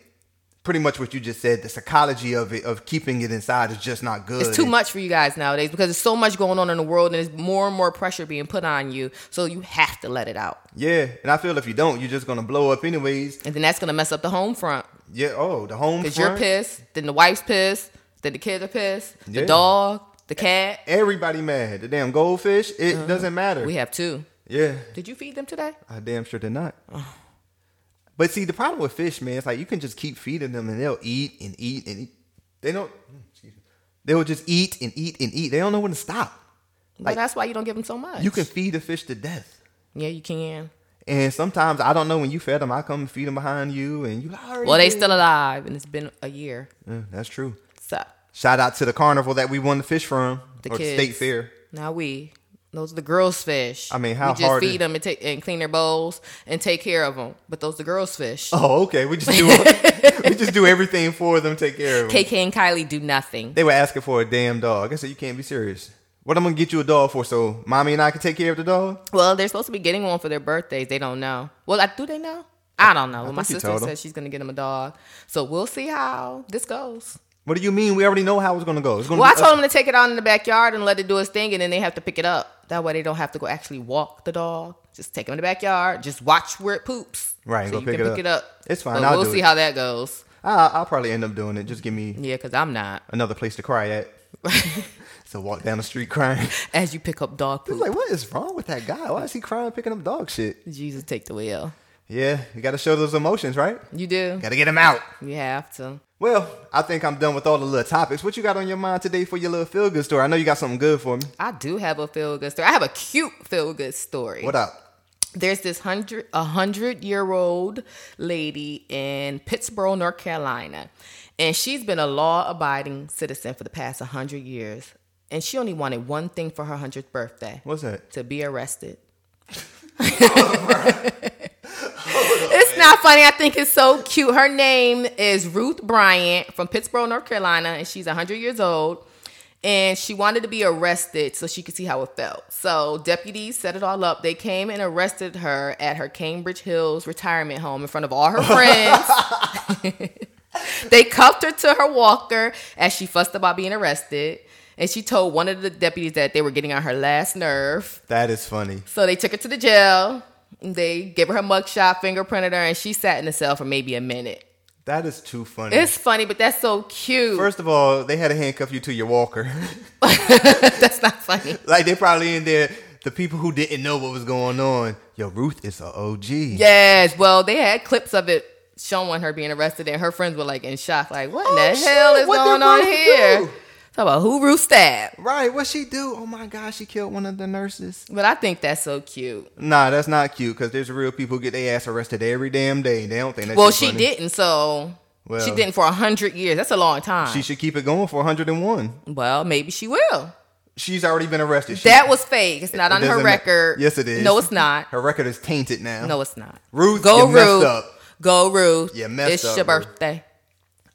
[SPEAKER 1] pretty much what you just said, the psychology of it, of keeping it inside, is just not good.
[SPEAKER 3] It's too much for you guys nowadays because there's so much going on in the world and there's more and more pressure being put on you. So you have to let it out.
[SPEAKER 1] Yeah, and I feel if you don't, you're just gonna blow up anyways.
[SPEAKER 3] And then that's going to mess up the home front
[SPEAKER 1] Yeah. Oh, the home
[SPEAKER 3] because you're
[SPEAKER 1] front,
[SPEAKER 3] pissed, then the wife's pissed, then the kids are pissed,
[SPEAKER 1] Yeah.
[SPEAKER 3] the dog, the cat.
[SPEAKER 1] Everybody mad. The damn goldfish. It doesn't matter.
[SPEAKER 3] Uh-huh. We have two.
[SPEAKER 1] yeah.
[SPEAKER 3] Did you feed them today?
[SPEAKER 1] I damn sure did not. But see, the problem with fish, man, it's like you can just keep feeding them and they'll eat and eat and eat. They don't. mm, excuse me. They will just eat and eat and eat. They don't know when to stop.
[SPEAKER 3] well, that's why you don't give them so much.
[SPEAKER 1] You can feed a fish to death.
[SPEAKER 3] Yeah, you can.
[SPEAKER 1] And sometimes I don't know when you fed them. I come and feed them behind you, and you. Like, "I already
[SPEAKER 3] Well, they
[SPEAKER 1] did."
[SPEAKER 3] still alive and it's been a year.
[SPEAKER 1] Yeah, that's true.
[SPEAKER 3] So
[SPEAKER 1] Shout out to the carnival that we won the fish from,
[SPEAKER 3] The
[SPEAKER 1] or the
[SPEAKER 3] kids.
[SPEAKER 1] state fair.
[SPEAKER 3] now we. Those are the girls' fish.
[SPEAKER 1] I mean, how
[SPEAKER 3] we just
[SPEAKER 1] hard is-
[SPEAKER 3] feed them and, take, and clean their bowls and take care of them. But those are the girls' fish.
[SPEAKER 1] Oh, okay. We just do we just do everything for them, take care of them.
[SPEAKER 3] KK and Kylie do nothing.
[SPEAKER 1] They were asking for a damn dog. I said, "You can't be serious. What I'm gonna get you a dog for? So mommy and I can take care of the dog."
[SPEAKER 3] Well, they're supposed to be getting one for their birthdays. They don't know. Well, I, do they know? I don't know. My
[SPEAKER 1] think you
[SPEAKER 3] sister
[SPEAKER 1] told 'em.
[SPEAKER 3] said she's going to get them a dog. So we'll see how this goes.
[SPEAKER 1] What do you mean? We already know how it's gonna go. It's gonna
[SPEAKER 3] Well, I
[SPEAKER 1] be
[SPEAKER 3] told
[SPEAKER 1] us-
[SPEAKER 3] them to take it out in the backyard and let it do its thing, and then they have to pick it up. That way, they don't have to go actually walk the dog. Just take them in the backyard. Just watch where it poops.
[SPEAKER 1] Right, and
[SPEAKER 3] so
[SPEAKER 1] go
[SPEAKER 3] you
[SPEAKER 1] pick
[SPEAKER 3] can
[SPEAKER 1] it up.
[SPEAKER 3] pick it up.
[SPEAKER 1] It's fine,
[SPEAKER 3] But
[SPEAKER 1] I'll
[SPEAKER 3] we'll
[SPEAKER 1] do
[SPEAKER 3] see
[SPEAKER 1] it.
[SPEAKER 3] how that goes.
[SPEAKER 1] I, "Ah, I'll probably end up doing it. Just give me
[SPEAKER 3] Yeah, because I'm not.
[SPEAKER 1] another place to cry at. so walk down the street crying.
[SPEAKER 3] As you pick up dog
[SPEAKER 1] It's
[SPEAKER 3] poop,
[SPEAKER 1] like, what is wrong with that guy? Why is he crying picking up dog shit?
[SPEAKER 3] Jesus take the wheel.
[SPEAKER 1] Yeah, you gotta show those emotions, right?
[SPEAKER 3] You do.
[SPEAKER 1] Gotta get him out.
[SPEAKER 3] You have to.
[SPEAKER 1] Well, I think I'm done with all the little topics. What you got on your mind today for your little feel good story? I know you got something good for me.
[SPEAKER 3] I do have a feel good story. I have a cute feel good story.
[SPEAKER 1] What up?
[SPEAKER 3] there's this hundred a hundred year old lady in Pittsburgh, North Carolina, and she's been a law abiding citizen for the past hundred years. And she only wanted one thing for her hundredth birthday
[SPEAKER 1] What's that?
[SPEAKER 3] to be arrested. it's not funny. I think it's so cute. Her name is Ruth Bryant from Pittsburgh, North Carolina, and she's 100 years old. And she wanted to be arrested so she could see how it felt. So deputies set it all up. They came and arrested her at her Cambridge Hills retirement home in front of all her friends. They cuffed her to her walker as she fussed about being arrested. And she told one of the deputies that they were getting on her last nerve.
[SPEAKER 1] That is funny.
[SPEAKER 3] So they took her to the jail. They gave her her mugshot, fingerprinted her, and she sat in the cell for maybe a minute.
[SPEAKER 1] That is too funny.
[SPEAKER 3] It's funny, but that's so cute.
[SPEAKER 1] First of all, they had to handcuff you to your walker.
[SPEAKER 3] that's not funny.
[SPEAKER 1] like they probably in there. The people who didn't know what was going on. Yo, Ruth is a OG. Yeah.
[SPEAKER 3] Yes. Well, they had clips of it showing her being arrested, and her friends were like in shock, like, "What in the
[SPEAKER 1] Oh, shit,
[SPEAKER 3] hell is
[SPEAKER 1] what did
[SPEAKER 3] going on
[SPEAKER 1] Ruth
[SPEAKER 3] here?"
[SPEAKER 1] do?
[SPEAKER 3] Talk about who Ruth stabbed.
[SPEAKER 1] Right? What she do? Oh my gosh, she killed one of the nurses.
[SPEAKER 3] But I think that's so cute.
[SPEAKER 1] Nah, that's not cute. Cause there's real people who get their ass arrested every damn day. They don't think that.
[SPEAKER 3] well,
[SPEAKER 1] shit's
[SPEAKER 3] she
[SPEAKER 1] funny.
[SPEAKER 3] didn't, so she
[SPEAKER 1] Well.
[SPEAKER 3] didn't for a hundred years. That's a long time.
[SPEAKER 1] She should keep it going for 101.
[SPEAKER 3] well, maybe she will.
[SPEAKER 1] She's already been arrested. She-
[SPEAKER 3] That was fake. It's not
[SPEAKER 1] it
[SPEAKER 3] on her
[SPEAKER 1] doesn't-
[SPEAKER 3] record.
[SPEAKER 1] Yes, it is.
[SPEAKER 3] No, it's not.
[SPEAKER 1] Her record is tainted now.
[SPEAKER 3] No, it's not.
[SPEAKER 1] Ruth,
[SPEAKER 3] go
[SPEAKER 1] you messed
[SPEAKER 3] Ruth.
[SPEAKER 1] up.
[SPEAKER 3] Go Ruth.
[SPEAKER 1] You messed
[SPEAKER 3] it's
[SPEAKER 1] up,
[SPEAKER 3] your
[SPEAKER 1] Ruth.
[SPEAKER 3] birthday.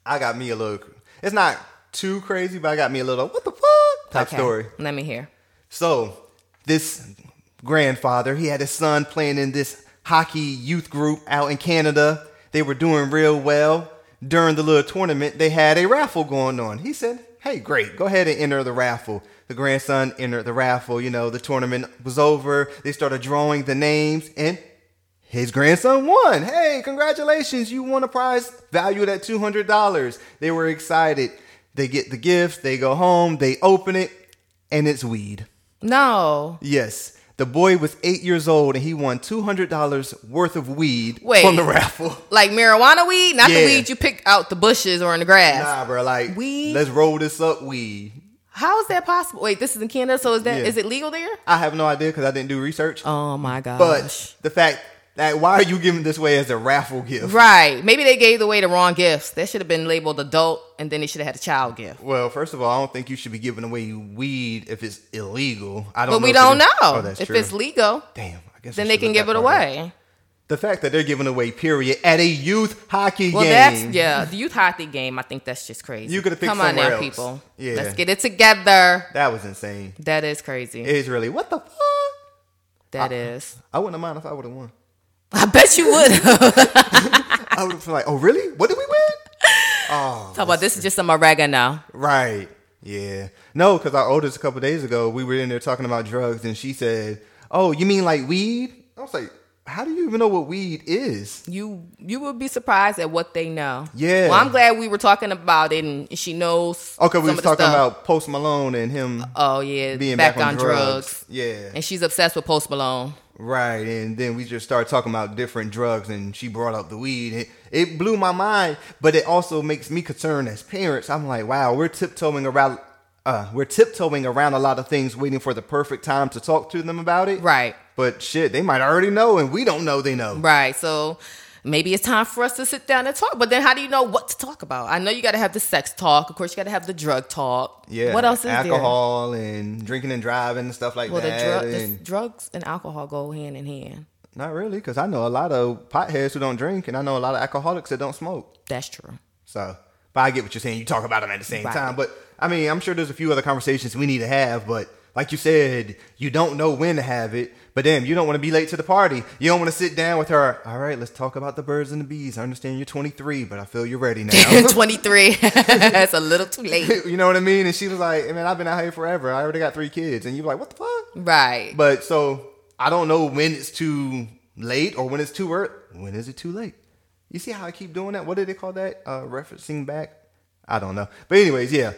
[SPEAKER 1] I got me a little. It's not too crazy, but I got me a little. What the fuck? Type
[SPEAKER 3] Okay,
[SPEAKER 1] story.
[SPEAKER 3] Let me hear.
[SPEAKER 1] So this grandfather, he had his son playing in this hockey youth group out in Canada. They were doing real well. During the little tournament, they had a raffle going on. He said, Hey, great, go ahead and enter the raffle. The grandson entered the raffle. You know, the tournament was over. They started drawing the names, and his grandson won. Hey, congratulations. You won a prize valued at $200. They were excited. They get the gift, they go home, they open it, and it's weed.
[SPEAKER 3] No.
[SPEAKER 1] Yes. The boy was eight years old and he won $200 worth of weed
[SPEAKER 3] Wait.
[SPEAKER 1] from the raffle.
[SPEAKER 3] Like marijuana weed, not the
[SPEAKER 1] Yeah.
[SPEAKER 3] weed you pick out the bushes or in the grass.
[SPEAKER 1] Nah, bro. Like,
[SPEAKER 3] Weed?
[SPEAKER 1] let's roll this up weed.
[SPEAKER 3] How is that possible? Wait, this is in Canada, so is that is
[SPEAKER 1] Yeah.
[SPEAKER 3] it legal there?
[SPEAKER 1] I have no idea because I didn't do research.
[SPEAKER 3] Oh my gosh.
[SPEAKER 1] but the fact that why are you giving this away as a raffle gift?
[SPEAKER 3] right. Maybe they gave away the wrong gifts. That should have been labeled adult and then they should have had a child gift.
[SPEAKER 1] Well, first of all, I don't think you should be giving away weed if it's illegal. I don't.
[SPEAKER 3] But
[SPEAKER 1] know
[SPEAKER 3] we
[SPEAKER 1] if it
[SPEAKER 3] don't
[SPEAKER 1] is-
[SPEAKER 3] know.
[SPEAKER 1] Oh, that's
[SPEAKER 3] if
[SPEAKER 1] true.
[SPEAKER 3] it's legal,
[SPEAKER 1] Damn, I guess I
[SPEAKER 3] then they
[SPEAKER 1] should
[SPEAKER 3] can
[SPEAKER 1] look
[SPEAKER 3] give
[SPEAKER 1] that
[SPEAKER 3] it
[SPEAKER 1] part up.
[SPEAKER 3] away.
[SPEAKER 1] The fact that they're giving away period at a youth hockey
[SPEAKER 3] Well,
[SPEAKER 1] game.
[SPEAKER 3] that's yeah, the youth hockey game. I think that's just crazy.
[SPEAKER 1] You coulda picked
[SPEAKER 3] Come on
[SPEAKER 1] somewhere
[SPEAKER 3] now,
[SPEAKER 1] else.
[SPEAKER 3] people.
[SPEAKER 1] Yeah.
[SPEAKER 3] let's get it together.
[SPEAKER 1] That was insane.
[SPEAKER 3] That is crazy.
[SPEAKER 1] It is really what the fuck.
[SPEAKER 3] that is.
[SPEAKER 1] I wouldn't mind if I would have won.
[SPEAKER 3] I bet you would. Talk
[SPEAKER 1] I would have been like, oh really? What did we win? Oh,
[SPEAKER 3] about this is just some oregano.
[SPEAKER 1] Right. Yeah. No, because our oldest a couple days ago, we were in there talking about drugs, and she said, "Oh, you mean like weed?" I was like, "How do you even know what weed is?"
[SPEAKER 3] You you would be surprised at what they know.
[SPEAKER 1] Yeah.
[SPEAKER 3] Well, I'm glad we were talking about it, and she knows.
[SPEAKER 1] Okay, we
[SPEAKER 3] some
[SPEAKER 1] was
[SPEAKER 3] of the
[SPEAKER 1] talking
[SPEAKER 3] stuff.
[SPEAKER 1] about Post Malone and him
[SPEAKER 3] Oh yeah,
[SPEAKER 1] being
[SPEAKER 3] back,
[SPEAKER 1] back,
[SPEAKER 3] on, drugs.
[SPEAKER 1] Yeah.
[SPEAKER 3] And she's obsessed with Post Malone.
[SPEAKER 1] Right, and then we just started talking about different drugs, and she brought up the weed. It, it blew my mind, but it also makes me concerned as parents. I'm like, wow, we're tiptoeing around, uh, we're tiptoeing around a lot of things, waiting for the perfect time to talk to them about it.
[SPEAKER 3] Right.
[SPEAKER 1] But shit, they might already know, and we don't know they know.
[SPEAKER 3] Right. So maybe it's time for us to sit down and talk. But then how do you know what to talk about? I know you got to have the sex talk. Of course, you got to have the drug talk.
[SPEAKER 1] Yeah.
[SPEAKER 3] What else is
[SPEAKER 1] Alcohol and drinking and driving and stuff like
[SPEAKER 3] there? Well, the
[SPEAKER 1] that.
[SPEAKER 3] drug, this-
[SPEAKER 1] and-
[SPEAKER 3] drugs and alcohol go hand in hand.
[SPEAKER 1] not really, because I know a lot of potheads who don't drink, and I know a lot of alcoholics that don't smoke.
[SPEAKER 3] That's true.
[SPEAKER 1] So, but I get what you're saying. You talk about them at the same
[SPEAKER 3] Right.
[SPEAKER 1] time, but I mean, I'm sure there's a few other conversations we need to have, but Like you said, you don't know when to have it, but damn, you don't want to be late to the party. You don't want to sit down with her. All right, let's talk about the birds and the bees. I understand you're 23, but I feel you're ready now.
[SPEAKER 3] 23. That's a little too late.
[SPEAKER 1] you know what I mean? And she was like, man, I've been out here forever. I already got three kids. And you're like, what the fuck?
[SPEAKER 3] Right.
[SPEAKER 1] But so I don't know when it's too late or when it's too early. When is it too late? You see how I keep doing that? What do they call that? Uh, referencing back? I don't know. But anyways, yeah.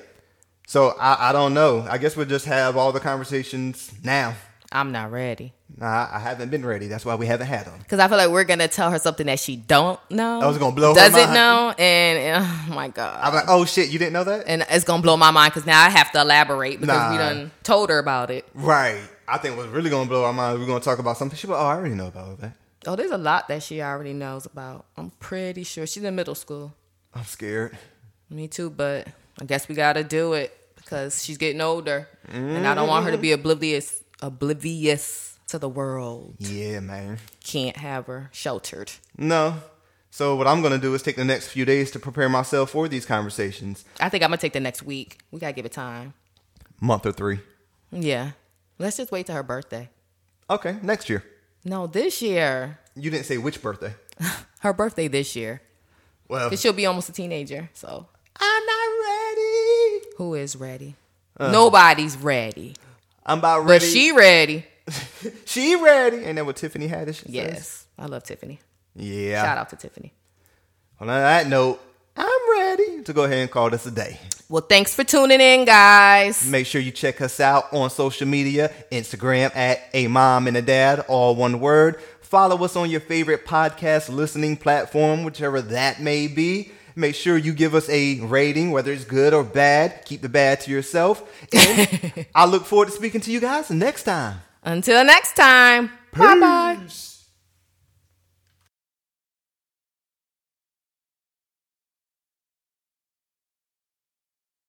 [SPEAKER 1] So I, I don't know. I guess we'll just have all the conversations now.
[SPEAKER 3] I'm not ready.
[SPEAKER 1] Nah, I, I haven't been ready. That's why we haven't had them.
[SPEAKER 3] Because I feel like we're gonna tell her something that she don't know.
[SPEAKER 1] That was gonna blow her
[SPEAKER 3] Doesn't
[SPEAKER 1] mind.
[SPEAKER 3] know, and oh my god,
[SPEAKER 1] I'm like, oh shit, you didn't know that?
[SPEAKER 3] and it's gonna blow my mind because now I have to elaborate because
[SPEAKER 1] Nah.
[SPEAKER 3] we done told her about it.
[SPEAKER 1] Right. I think what's really gonna blow our mind. We're gonna talk about something. She, like, oh, I already know about that.
[SPEAKER 3] Oh, there's a lot that she already knows about. I'm pretty sure she's in middle school.
[SPEAKER 1] I'm scared.
[SPEAKER 3] Me too, but I guess we gotta do it because she's getting older, and I don't want her to
[SPEAKER 1] Mm-hmm.
[SPEAKER 3] be oblivious, oblivious to the world.
[SPEAKER 1] Yeah, man.
[SPEAKER 3] Can't have her sheltered.
[SPEAKER 1] No. So what I'm gonna do is take the next few days to prepare myself for these conversations.
[SPEAKER 3] I think I'm gonna take the next week. We gotta give it time.
[SPEAKER 1] Month or three.
[SPEAKER 3] Yeah, let's just wait till her birthday.
[SPEAKER 1] Okay, next year.
[SPEAKER 3] No, this year.
[SPEAKER 1] You didn't say which birthday.
[SPEAKER 3] Her birthday this year.
[SPEAKER 1] Well,
[SPEAKER 3] 'Cause she'll be almost a teenager. So
[SPEAKER 1] I'm not ready.
[SPEAKER 3] who is ready? Nobody's ready.
[SPEAKER 1] I'm about
[SPEAKER 3] But
[SPEAKER 1] Uh. ready.
[SPEAKER 3] she ready.
[SPEAKER 1] she ready. Ain't that what Tiffany Haddish says?
[SPEAKER 3] Yes. I love Tiffany.
[SPEAKER 1] Yeah.
[SPEAKER 3] Shout out to Tiffany.
[SPEAKER 1] On that note, I'm ready to go ahead and call this a day.
[SPEAKER 3] Well, thanks for tuning in, guys.
[SPEAKER 1] Make sure you check us out on social media Instagram at a mom and a dad, all one word. Follow us on your favorite podcast listening platform, whichever that may be. Make sure you give us a rating, whether it's good or bad. Keep the bad to yourself. And I look forward to speaking to you guys next time.
[SPEAKER 3] Until next time. Bye bye.
[SPEAKER 1] Peace.